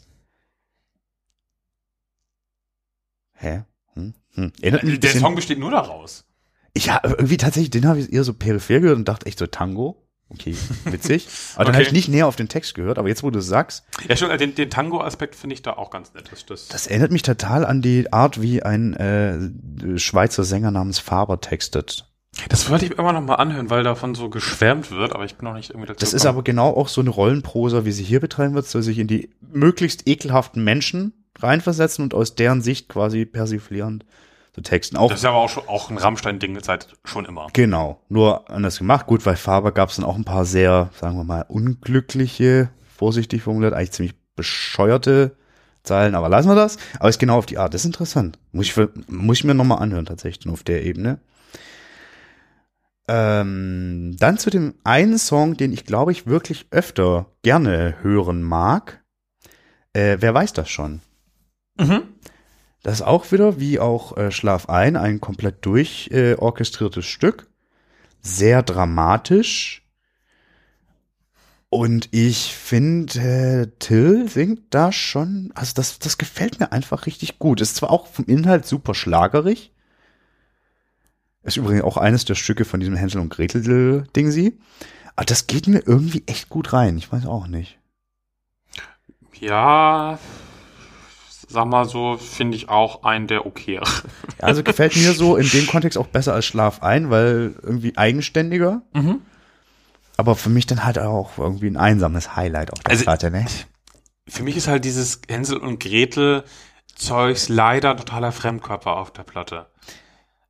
Hä? Hm? Hm. Erinnert mich ein
Der
bisschen,
Song besteht nur daraus.
Ich habe irgendwie tatsächlich, den habe ich eher so peripher gehört und dachte echt so Tango. Okay, witzig. Aber dann
Okay.
habe ich nicht näher auf den Text gehört, aber jetzt, wo du es sagst,
Ja, schon, äh, den, den Tango-Aspekt finde ich da auch ganz nett. Das, das,
das erinnert mich total an die Art, wie ein äh, Schweizer Sänger namens Faber textet.
das wollte ich immer noch mal anhören, weil davon so geschwärmt wird, aber ich bin noch nicht irgendwie dazu
Das ist
gekommen.
aber genau auch so eine Rollenprosa, wie sie hier betreiben wird, soll sich in die möglichst ekelhaften Menschen reinversetzen und aus deren Sicht quasi persiflierend zu texten. Auch
Das ist aber auch, schon, auch ein Rammstein-Ding seit schon immer.
genau, nur anders gemacht. Gut, weil Faber gab es dann auch ein paar sehr, sagen wir mal, unglückliche, vorsichtig formuliert, eigentlich ziemlich bescheuerte Zeilen, aber lassen wir das. Aber ist genau auf die Art. Das ist interessant. Muss ich, für- muss ich mir nochmal anhören, tatsächlich, auf der Ebene. Ähm, dann zu dem einen Song, den ich glaube ich wirklich öfter gerne hören mag. Äh, wer weiß das schon? Mhm. Das ist auch wieder, wie auch äh, Schlaf ein, ein komplett durchorchestriertes äh, orchestriertes Stück. Sehr dramatisch. Und ich finde, äh, Till singt da schon, also das, das gefällt mir einfach richtig gut. Ist zwar auch vom Inhalt super schlagerig. Ist übrigens auch eines der Stücke von diesem Hänsel und Gretel-Ding sie. Aber das geht mir irgendwie echt gut rein. Ich weiß auch nicht.
Ja, sag mal so, finde ich auch einen der okay.
Ja, Also gefällt mir so in dem Kontext auch besser als Schlaf ein, weil irgendwie eigenständiger. Aber für mich dann halt auch irgendwie ein einsames Highlight auf der
Also-
Platte, ne?
Für mich ist halt dieses Hänsel und Gretel Zeugs leider ein totaler Fremdkörper auf der Platte.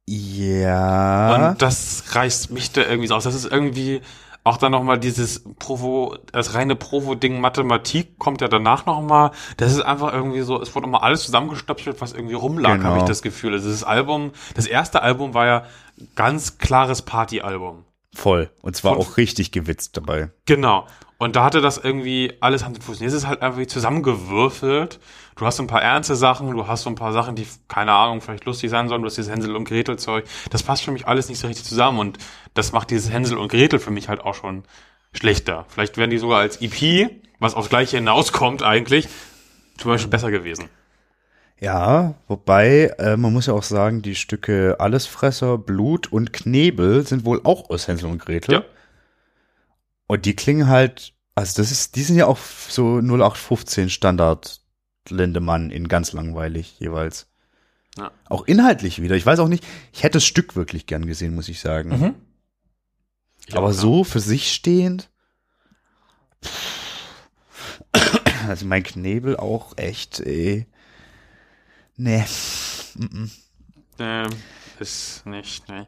Ja. Ah.
Und das reißt mich da irgendwie so aus. Das ist irgendwie auch dann nochmal dieses Provo, das reine Provo-Ding Mathematik kommt ja danach nochmal. Das ist einfach irgendwie so, es wurde nochmal alles zusammengestöpselt, was irgendwie rumlag,
Genau.
habe ich das Gefühl. Also das Album, das erste Album war ja ganz klares Partyalbum.
Voll. Und zwar
Von-
auch richtig gewitzt dabei.
Genau. Und da hatte das irgendwie alles Hand und Fuß. Und Jetzt ist es halt einfach zusammengewürfelt. Du hast so ein paar ernste Sachen, du hast so ein paar Sachen, die, keine Ahnung, vielleicht lustig sein sollen. Du hast dieses Hänsel und Gretel Zeug. Das passt für mich alles nicht so richtig zusammen. Und das macht dieses Hänsel und Gretel für mich halt auch schon schlechter. Vielleicht wären die sogar als EP, was aufs Gleiche hinauskommt eigentlich, zum Beispiel besser gewesen.
Ja, wobei, äh, man muss ja auch sagen, die Stücke Allesfresser, Blut und Knebel sind wohl auch aus Hänsel und Gretel.
Ja.
Und die klingen halt, also das ist, die sind ja auch so 0815 Standard Lindemann in ganz langweilig jeweils.
Ja.
Auch inhaltlich wieder. Ich weiß auch nicht, ich hätte das Stück wirklich gern gesehen, muss ich sagen.
Mhm. Ich
Mhm. Aber
auch, ja.
so für sich stehend. Also mein Knebel auch echt, ey. Nee. Mm-mm.
Ähm, ist nicht, ne.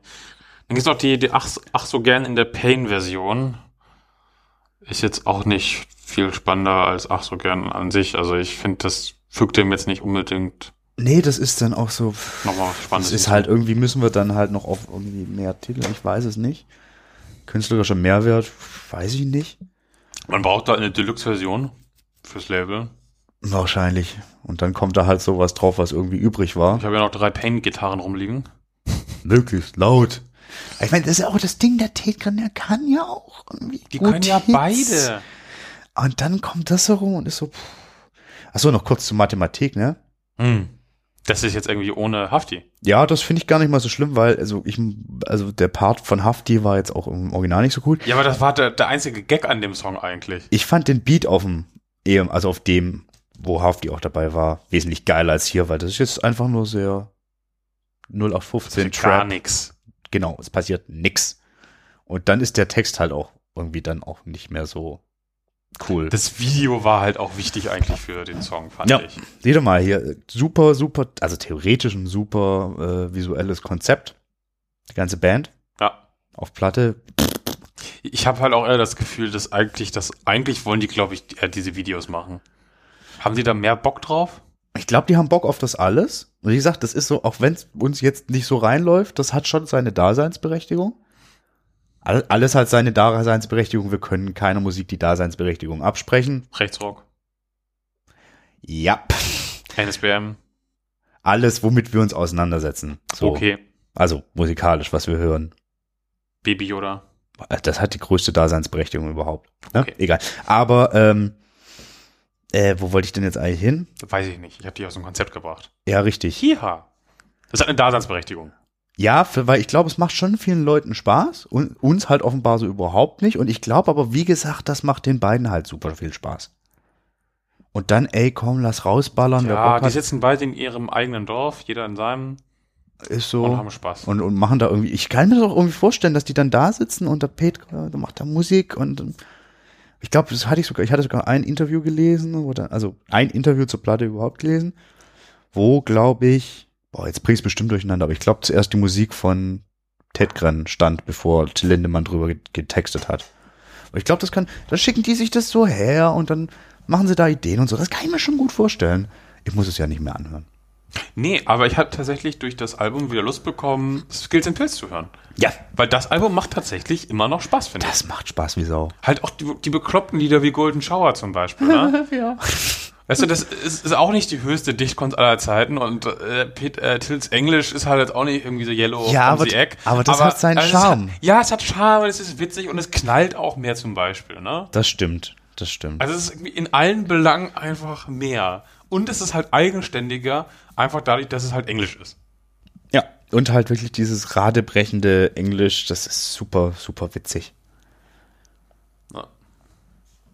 Dann gibt's noch die, die ach, ach so gern in der Pain-Version. Ist jetzt auch nicht viel spannender als ach so gern an sich. Also ich finde, das fügt dem jetzt nicht unbedingt
Nee, das ist dann auch so.
Nochmal spannendes
Das ist
Hinzu.
halt irgendwie, müssen wir dann halt noch auf irgendwie mehr Titel, ich weiß es nicht. Künstlerischer Mehrwert, weiß ich nicht.
Man braucht da eine Deluxe-Version fürs Label.
Wahrscheinlich. Und dann kommt da halt sowas drauf, was irgendwie übrig war.
Ich habe ja noch drei Pain-Gitarren rumliegen.
Möglichst laut. Ich meine, das ist ja auch das Ding, der Tate kann, der kann ja auch irgendwie
Die
gut
können ja
Hits.
beide.
Und dann kommt das so rum und ist so. Pff. Achso, noch kurz zur Mathematik, ne?
Hm. Das ist jetzt irgendwie ohne Hafti.
Ja, das finde ich gar nicht mal so schlimm, weil also ich also der Part von Hafti war jetzt auch im Original nicht so gut.
Ja, aber das war der, der einzige Gag an dem Song eigentlich.
Ich fand den Beat auf dem EM, also auf dem, wo Hafti auch dabei war, wesentlich geiler als hier, weil das ist jetzt einfach nur sehr 0815
gar
Trap.
nichts.
Genau, es passiert nix. Und dann ist der Text halt auch irgendwie dann auch nicht mehr so cool.
Das Video war halt auch wichtig eigentlich für den Song, fand
Ja.
ich.
Seht ihr mal hier, äh, super, super, also theoretisch ein super äh, visuelles Konzept. Die ganze Band
Ja.
auf Platte.
Ich habe halt auch eher das Gefühl, dass eigentlich das, eigentlich wollen die, glaube ich, eher diese Videos machen. Haben die da mehr Bock drauf?
Ich glaube, die haben Bock auf das alles. Und wie gesagt, das ist so, auch wenn es uns jetzt nicht so reinläuft, das hat schon seine Daseinsberechtigung. All- Alles hat seine Daseinsberechtigung. Wir können keiner Musik die Daseinsberechtigung absprechen.
Rechtsrock,
Ja.
NSBM,
Alles, womit wir uns auseinandersetzen. So.
okay,
Also musikalisch, was wir hören.
Baby Yoda.
Äh, Das hat die größte Daseinsberechtigung überhaupt. Ne?
Okay.
Egal. Aber ähm, äh, wo wollte ich denn jetzt eigentlich hin?
Weiß ich nicht. Ich habe die aus dem Konzept gebracht.
Ja, richtig.
Hiha. Das hat eine Daseinsberechtigung.
Ja, für, weil ich glaube, es macht schon vielen Leuten Spaß und uns halt offenbar so überhaupt nicht. Und ich glaube aber, wie gesagt, das macht den beiden halt super viel Spaß. Und dann, ey, komm, lass rausballern. wer
Ja,
Bock
die
hat,
sitzen beide in ihrem eigenen Dorf, jeder in seinem
ist so.
und haben Spaß.
und, und machen da irgendwie, ich kann mir das auch irgendwie vorstellen, dass die dann da sitzen und der Petra der macht da Musik und ähm, ich glaube, das hatte ich sogar, ich hatte sogar ein Interview gelesen, wo dann, also ein Interview zur Platte überhaupt gelesen, wo glaube ich, boah, jetzt bring's bestimmt durcheinander, aber ich glaube zuerst die Musik von Ted Gren stand, bevor Till Lindemann drüber get- getextet hat. Aber ich glaube, das kann, dann schicken die sich das so her und dann machen sie da Ideen und so, das kann ich mir schon gut vorstellen. Ich muss es ja nicht mehr anhören.
Nee, aber ich habe tatsächlich durch das Album wieder Lust bekommen, Skills and Pills zu hören.
Ja.
Weil das Album macht tatsächlich immer noch Spaß, finde ich.
Das macht Spaß wie Sau.
Halt auch die, die bekloppten Lieder wie Golden Shower zum Beispiel. Ne?
Ja.
weißt du, das ist, ist auch nicht die höchste Dichtkunst aller Zeiten und äh, Pet, äh, Tills Englisch ist halt jetzt auch nicht irgendwie so yellow
Ja,
um
aber-
the egg.
aber das hat seinen
also es
Charme.
Hat, ja, es hat Charme, es ist witzig und es knallt auch mehr zum Beispiel. Ne?
Das stimmt, das stimmt.
Also es ist irgendwie in allen Belangen einfach mehr. Und es ist halt eigenständiger, einfach dadurch, dass es halt Englisch ist.
Ja. Und halt wirklich dieses radebrechende Englisch, das ist super, super witzig.
Ja.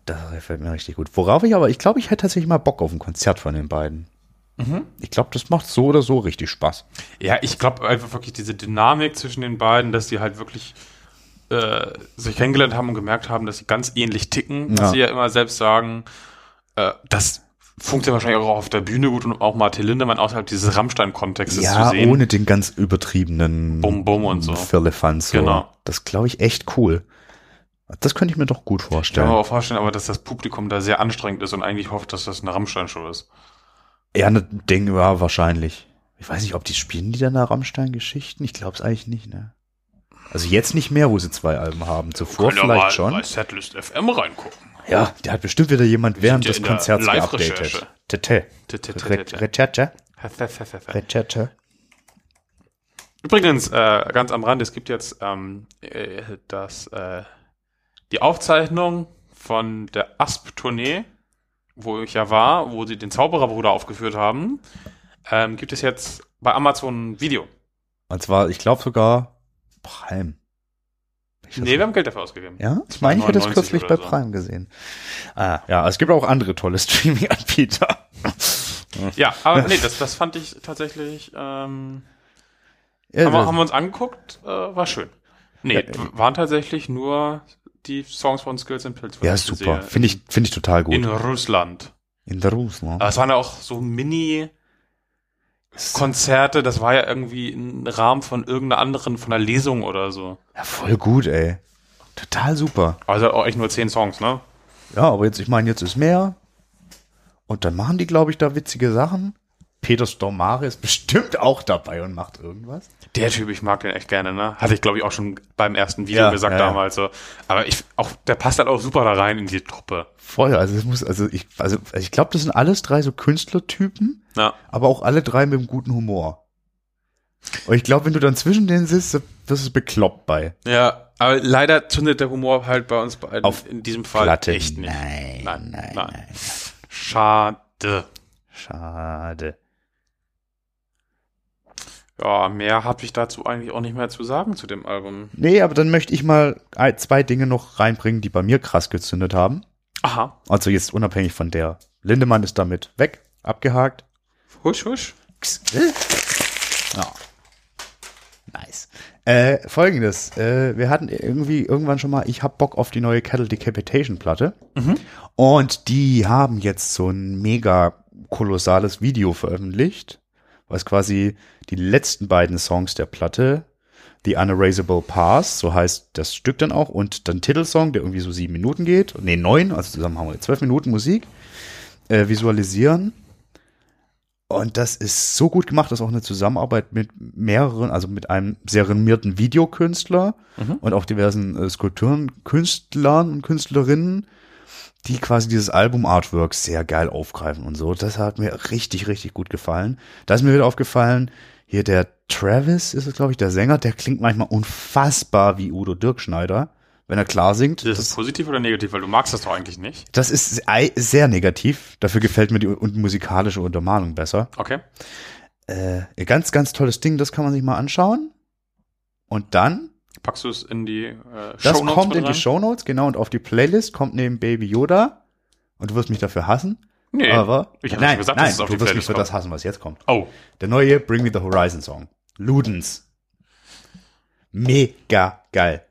Das gefällt mir richtig gut. Worauf ich aber, ich glaube, ich hätte tatsächlich mal Bock auf ein Konzert von den beiden.
Mhm.
Ich glaube, das macht so oder so richtig Spaß.
Ja, ich glaube einfach wirklich diese Dynamik zwischen den beiden, dass die halt wirklich äh, sich kennengelernt haben und gemerkt haben, dass sie ganz ähnlich ticken, dass
Ja.
sie ja immer selbst sagen, äh, das funktioniert wahrscheinlich auch auf der Bühne gut und auch Martin Lindemann außerhalb dieses Rammstein-Kontextes zu
Ja,
sehen.
ohne den ganz übertriebenen
Bum Bum und so.
Firlefanz. So.
Genau.
Das glaube ich echt cool. Das könnte ich mir doch gut
Ich kann
vorstellen.
mir aber vorstellen, aber dass das Publikum da sehr anstrengend ist und eigentlich hofft, dass das eine Rammstein-Show ist.
Ja, ne Ding, ja, wahrscheinlich. Ich weiß nicht, ob die spielen die dann da Rammstein-Geschichten? Ich glaube es eigentlich nicht, ne? Also jetzt nicht mehr, wo sie zwei Alben haben. Zuvor
Könnt ihr mal
vielleicht schon.
Bei Setlist FM reingucken.
Ja, der hat bestimmt wieder jemand während
ja
des
in der
Konzerts
Live-Recherche.
geupdatet. Tete.
T- t- t- t- t-
Recherche.
t-
Recherche.
Übrigens, äh, ganz am Rand, es gibt jetzt ähm, äh, das, äh, die Aufzeichnung von der ASP-Tournee, wo ich ja war, wo sie den Zaubererbruder aufgeführt haben, ähm, gibt es jetzt bei Amazon ein Video.
Und zwar, ich glaube sogar Prime. Ich
Nee, wir haben Geld dafür ausgegeben.
ja, ich meine, ich hätte es
99
kürzlich bei
oder so.
Prime gesehen. Ah, ja, es gibt auch andere tolle Streaming-Anbieter.
Ja, aber nee, das, das fand ich tatsächlich, ähm,
Ja,
haben, wir,
das-
haben wir uns angeguckt, äh, war schön. Nee,
Ja,
w- waren tatsächlich nur die Songs von Skills and Pills. was
ja,
ich
super.
sehe.
Finde ich, finde ich total
In
gut.
Russland.
In der ne? Russland.
Aber es waren ja auch so Mini-Konzerte, das war ja irgendwie im Rahmen von irgendeiner anderen, von einer Lesung oder so.
Ja, voll gut, ey. Total super.
Also auch echt nur zehn Songs, ne?
Ja, aber jetzt, ich meine, jetzt ist mehr. Und dann machen die, glaube ich, da witzige Sachen. Peter Stormare ist bestimmt auch dabei und macht irgendwas.
Der Typ, ich mag den echt gerne, ne? Hatte ich, glaube ich, auch schon beim ersten Video
Ja,
gesagt
ja, ja.
damals. So. Aber ich, auch, der passt halt auch super da rein in die Truppe.
Voll, also es muss, also ich, also ich glaube, das sind alles drei so Künstlertypen,
Ja.
aber auch alle drei mit einem guten Humor. Und ich glaube, wenn du dann zwischen denen sitzt, das ist bekloppt bei.
ja, aber leider zündet der Humor halt bei uns beiden
Auf
in diesem Fall
Platte.
echt nicht.
Nein,
Nein,
nein,
nein.
nein.
Schade.
Schade.
Ja, mehr habe ich dazu eigentlich auch nicht mehr zu sagen zu dem Album.
Nee, aber dann möchte ich mal ein- zwei Dinge noch reinbringen, die bei mir krass gezündet haben.
Aha.
Also jetzt unabhängig von der. Lindemann ist damit weg, abgehakt.
Husch, husch.
Ja. Nice. Äh, folgendes. Äh, wir hatten irgendwie irgendwann schon mal, ich hab Bock auf die neue Cattle Decapitation Platte. Und die haben jetzt so ein mega kolossales Video veröffentlicht, was quasi die letzten beiden Songs der Platte, The Unerasable Past, so heißt das Stück dann auch, und dann Titelsong, der irgendwie so sieben Minuten geht, nee, neun, also zusammen haben wir zwölf Minuten Musik, äh, visualisieren. Und das ist so gut gemacht, das ist auch eine Zusammenarbeit mit mehreren, also mit einem sehr renommierten Videokünstler
Mhm.
und auch diversen äh, Skulpturen, Künstlern und Künstlerinnen, die quasi dieses Album-Artwork sehr geil aufgreifen und so. Das hat mir richtig, richtig gut gefallen. Da ist mir wieder aufgefallen, hier der Travis ist es, glaube ich, der Sänger, der klingt manchmal unfassbar wie Udo Dirkschneider, wenn er klar singt.
Das ist positiv oder negativ, weil du magst das doch eigentlich nicht.
Das ist ei- sehr negativ. Dafür gefällt mir die un- musikalische Untermalung besser.
Okay.
Äh, ein ganz, ganz tolles Ding, das kann man sich mal anschauen. Und dann,
Packst du es in die äh,
das
Shownotes
kommt
mit
in die
rein?
Shownotes, genau, und auf die Playlist kommt neben Baby Yoda. Und du wirst mich dafür hassen.
Nee.
aber
ich habe
nein,
schon gesagt,
nein,
dass es auf
du
die
wirst mich
Playlist
für das
kommt.
hassen, was jetzt kommt.
Oh,
Der neue Bring Me the Horizon Song. Ludens. Mega geil.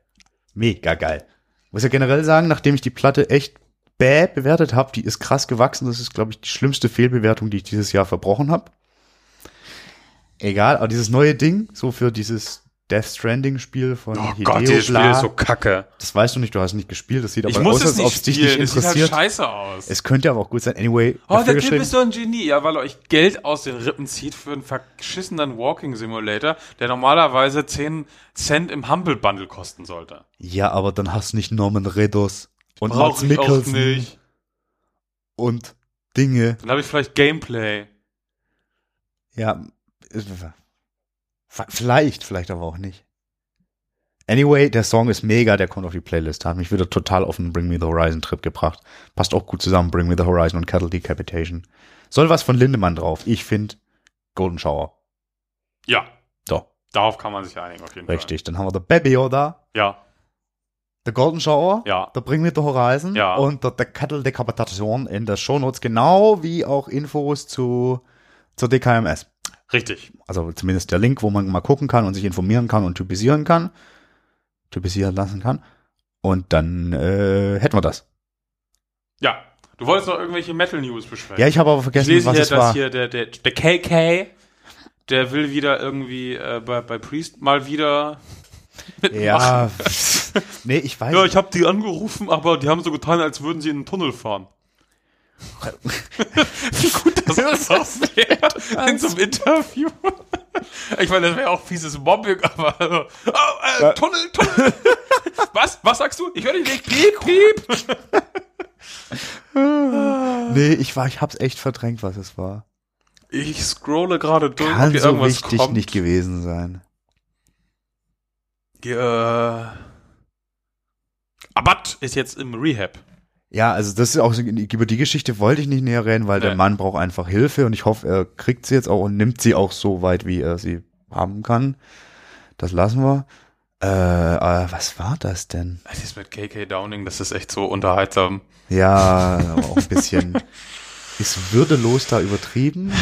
Mega geil. Muss ja generell sagen, nachdem ich die Platte echt bäh bewertet habe, die ist krass gewachsen. Das ist, glaube ich, die schlimmste Fehlbewertung, die ich dieses Jahr verbrochen habe. Egal, aber dieses neue Ding, so für dieses Death Stranding-Spiel von
oh
Hideo
Gott, dieses Spiel
Bla,
ist so kacke.
das weißt du nicht, du hast es nicht gespielt. Das sieht
Ich
aber
muss
aus, als
es
ob
nicht
es dich nicht
spielen. Es sieht halt
interessiert.
scheiße aus.
es könnte aber auch gut sein. Anyway,
Oh,
dafür
der Typ
geschrieben-
ist so ein Genie, ja, weil er euch Geld aus den Rippen zieht für einen verschissenen Walking Simulator, der normalerweise 10 Cent im Humble Bundle kosten sollte.
Ja, aber dann hast du nicht Norman Reedus und Mats
Brauch ich auch
Mikkelsen
nicht.
und Dinge.
Dann habe ich vielleicht Gameplay.
Ja, es- v- vielleicht, vielleicht aber auch nicht. Anyway, der Song ist mega, der kommt auf die Playlist. Hat mich wieder total auf den Bring Me the Horizon Trip gebracht. Passt auch gut zusammen, Bring Me the Horizon und Cattle Decapitation. Soll was von Lindemann drauf. Ich finde Golden Shower.
Ja,
So,
darauf kann man sich einigen auf jeden
richtig. Dann haben wir The Baby Yoda,
Fall. Ja,
The Golden Shower.
ja.
Da bringen wir The Horizon
Ja.
und der, der Kettle Decapitation in der Shownotes, genau wie auch Infos zu, zur DKMS.
Richtig.
Also zumindest der Link, wo man mal gucken kann und sich informieren kann und typisieren kann, typisieren lassen kann. Und dann äh, hätten wir das.
Ja. Du wolltest noch irgendwelche Metal News besprechen.
Ja, ich habe aber
ich
vergessen,
lese
was
hier,
es
dass
war.
hier der, der, der KK, der will wieder irgendwie äh, bei, bei Priest mal wieder
Ja, nee, ich weiß.
Ja, ich habe die angerufen, aber die haben so getan, als würden sie in einen Tunnel fahren. Wie gut das ist ausgeht in so einem Interview. Ich meine, das wäre auch fieses Mobbing, aber also, oh, äh, Tunnel, Tunnel. Was? Was sagst du? Ich höre dich nicht. Piep, piep.
nee, ich war, ich hab's echt verdrängt, was es war.
Ich scrolle gerade durch, ob
Kann
hier
so
irgendwas
wichtig
kommt.
nicht gewesen sein.
Ja. Abad ist jetzt im Rehab.
Ja, also das ist auch so, über die Geschichte wollte ich nicht näher reden, weil der
Nee.
Mann braucht einfach Hilfe und ich hoffe, er kriegt sie jetzt auch und nimmt sie auch so weit, wie er sie haben kann. Das lassen wir. Äh, äh, was war das denn?
Das ist mit KK Downing, das ist echt so unterhaltsam.
Ja, aber auch ein bisschen ist würdelos da übertrieben.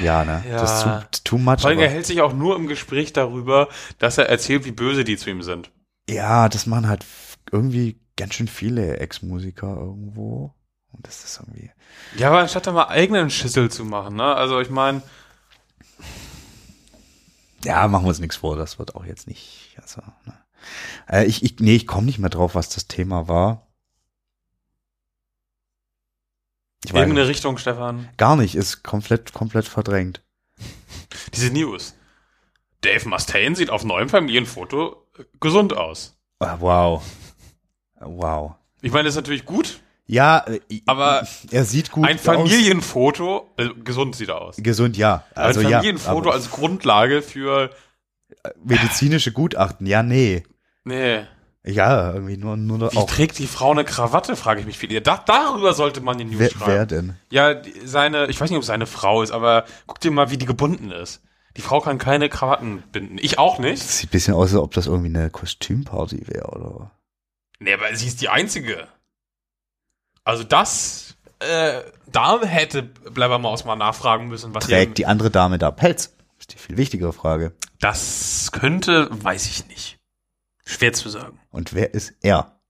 Ja, ne?
Ja.
Das ist too, too much.
Vor allem, er
Aber,
hält sich auch nur im Gespräch darüber, dass er erzählt, wie böse die zu ihm sind.
ja, das machen halt f- irgendwie ganz schön viele Ex-Musiker irgendwo. Und das ist irgendwie.
Ja, aber anstatt da mal eigenen Schüssel zu machen, ne? Also ich meine,
Ja, machen wir uns nichts vor, das wird auch jetzt nicht. Also, ne. äh, ich, ich, nee, ich komme nicht mehr drauf, was das Thema war. Ich weiß
irgendeine
nicht.
Richtung, Stefan.
gar nicht, ist komplett, komplett verdrängt.
Diese News. Dave Mustaine sieht auf neuem Familienfoto äh, gesund aus.
Ah, wow. Wow.
Ich meine, das ist natürlich gut.
Ja, äh, i-
Aber
er sieht gut
ein Familienfoto, also gesund sieht er aus.
aus. Gesund, ja. Also
ein
ja.
Familienfoto
aber
als Grundlage für,
medizinische Gutachten, ja, nee.
nee.
Ja, irgendwie nur, nur
Wie
auch.
trägt die Frau eine Krawatte, frage ich mich viel. Da, darüber sollte man die News
Wer,
schreiben.
wer denn?
Ja, die- seine, ich weiß nicht, ob es seine Frau ist, aber guck dir mal, wie die gebunden ist. Die Frau kann keine Krawatten binden. Ich auch nicht.
Sieht ein bisschen aus, als ob das irgendwie eine Kostümparty wäre, oder?
Nee, aber sie ist die Einzige. Also das, äh, da hätte Blabbermaus mal nachfragen müssen, was ihr-
Trägt die andere Dame da Pelz? Ist die viel wichtigere Frage.
Das könnte, weiß ich nicht. Schwer zu sagen.
Und wer ist er?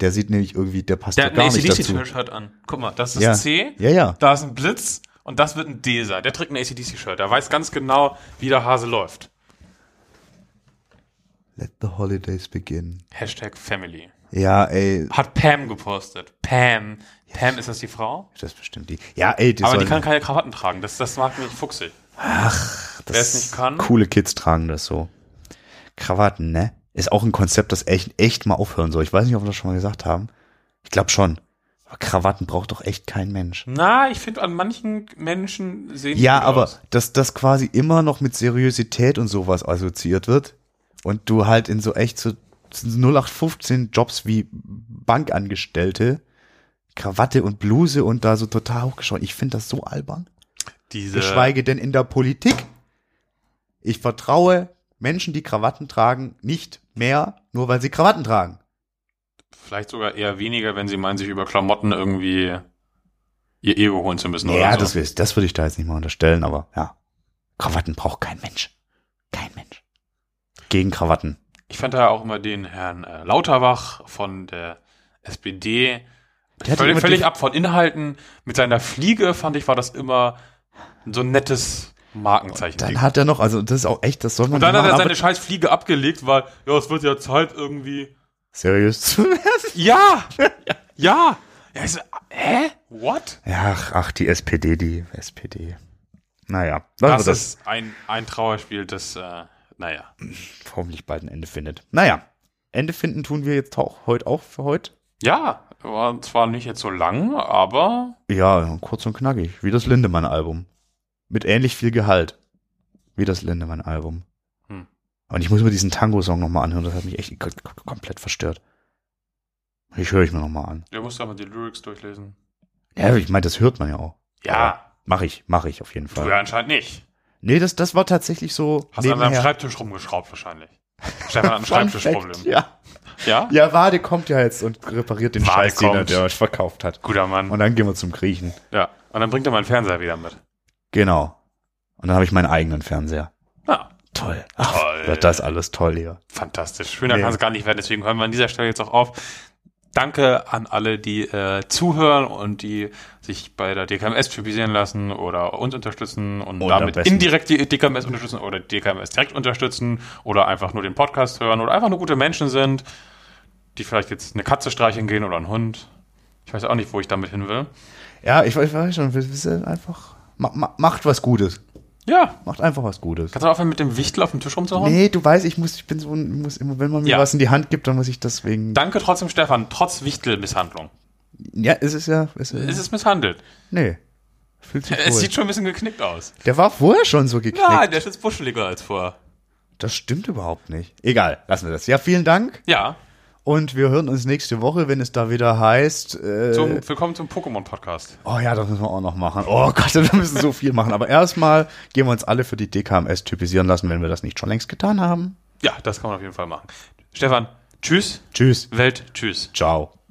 Der sieht nämlich irgendwie, der passt
Der
doch
hat
gar
ein
nicht dazu.
ACDC-Shirt an. Guck mal, das ist
Ja.
C,
Ja, ja.
da ist ein Blitz und das wird ein D sein. Der trägt ein ACDC-Shirt. Der weiß ganz genau, wie der Hase läuft.
Let the holidays begin.
Hashtag Family.
Ja, ey,
Hat Pam gepostet. Pam. Pam, ist das die Frau?
das ist bestimmt die. Ja, ey, die
Aber die
sollen-
kann keine Krawatten tragen. Das, das macht mich fuchsig.
das
wer es nicht kann.
Coole Kids tragen das so. Krawatten, ne? Ist auch ein Konzept, das echt, echt mal aufhören soll. Ich weiß nicht, ob wir das schon mal gesagt haben. Ich glaube schon. Aber Krawatten braucht doch echt kein Mensch.
Na, ich finde, an manchen Menschen sehen die
Ja,
gut
aber
aus.
dass das quasi immer noch mit Seriosität und sowas assoziiert wird und du halt in so echt so 0815 Jobs wie Bankangestellte, Krawatte und Bluse und da so total hochgeschaut. Ich finde das so albern.
Diese,
Geschweige denn in der Politik. Ich vertraue Menschen, die Krawatten tragen, nicht mehr, nur weil sie Krawatten tragen.
Vielleicht sogar eher weniger, wenn sie meinen, sich über Klamotten irgendwie ihr Ego holen zu müssen.
Ja,
oder
das,
so.
wär- das würde ich da jetzt nicht mal unterstellen, aber ja. Krawatten braucht kein Mensch. Kein Mensch. Gegen Krawatten.
Ich fand da auch immer den Herrn äh, Lauterbach von der SPD
Der hat
völlig,
immer
völlig
die-
ab von Inhalten. Mit seiner Fliege fand ich, war das immer so ein nettes Markenzeichen.
Dann hat er noch, also das ist auch echt, das soll man
Und dann
nicht
hat er
machen,
seine scheiß Fliege abgelegt, weil, ja, es wird ja Zeit irgendwie.
aber seriös zu werden.
Ja! ja! ja ich so, hä? What?
Ja, ach, ach, die SPD, die SPD. Naja, also lassen
Das,
wir
ist ein, ein Trauerspiel, das, äh, naja.
hoffentlich bald ein Ende findet. Naja, Ende finden tun wir jetzt auch heute auch für heute.
Ja, war zwar nicht jetzt so lang, aber
Ja, kurz und knackig, wie das Lindemann-Album. Mit ähnlich viel Gehalt. Wie das Lindemann-Album.
Hm.
Und ich muss mir diesen Tango-Song nochmal anhören, das hat mich echt k- k- komplett verstört. Ich höre ich mir nochmal an.
ihr musst aber die Lyrics durchlesen.
Ja, ich meine, das hört man ja auch.
Ja,
Mach ich, mach ich auf jeden
du
Fall.
ja anscheinend nicht.
Nee, das, das war tatsächlich so.
Hast an deinem
nebenher.
Schreibtisch rumgeschraubt wahrscheinlich. Stefan hat ein
Fun
Schreibtischproblem.
Fact, Ja.
Ja?
ja, Wade kommt ja jetzt und repariert den
Wade
Scheiß, den er
kommt.
der euch verkauft hat.
Guter Mann.
Und dann gehen wir zum Griechen.
ja. Und dann bringt er meinen Fernseher wieder mit.
Genau. Und dann habe ich meinen eigenen Fernseher.
Ja,
Toll. Ach,
Toll.
Wird das alles toll hier.
Fantastisch. Schöner
Nee.
kann es gar nicht werden. Deswegen hören wir an dieser Stelle jetzt auch auf. Danke an alle, die äh, zuhören und die sich bei der DKMS typisieren lassen oder uns unterstützen und
Oder am
damit
besten-
indirekt die DKMS unterstützen oder die DKMS direkt unterstützen oder einfach nur den Podcast hören oder einfach nur gute Menschen sind, die vielleicht jetzt eine Katze streicheln gehen oder einen Hund. Ich weiß auch nicht, wo ich damit hin will.
Ja, ich, weiß- ich weiß schon, wir, wir sind einfach. Ma, ma, macht was Gutes.
Ja,
Macht einfach was Gutes.
kannst du aufhören, mit dem Wichtel auf dem Tisch rumzuhauen?
Nee, du weißt, ich muss, ich bin so, ein- ich muss immer, wenn man mir
Ja.
was in die Hand gibt, dann muss ich deswegen.
Danke trotzdem, Stefan, trotz Wichtelmisshandlung.
ja, es ist ja. Es ist,
Es ist misshandelt.
nee. Fühlt sich
Es
wohl.
sieht schon ein bisschen geknickt aus.
Der war vorher schon so geknickt.
Nein, der ist jetzt buscheliger als vorher.
Das stimmt überhaupt nicht. Egal, lassen wir das. Ja, vielen Dank.
Ja,
Und wir hören uns nächste Woche, wenn es da wieder heißt. Äh,
zum, willkommen zum Pokémon-Podcast.
oh ja, das müssen wir auch noch machen. Oh Gott, wir müssen so viel machen. Aber erstmal gehen wir uns alle für die DKMS typisieren lassen, wenn wir das nicht schon längst getan haben.
Ja, das kann man auf jeden Fall machen. Stefan, tschüss,
Tschüss.
Welt, tschüss.
Ciao.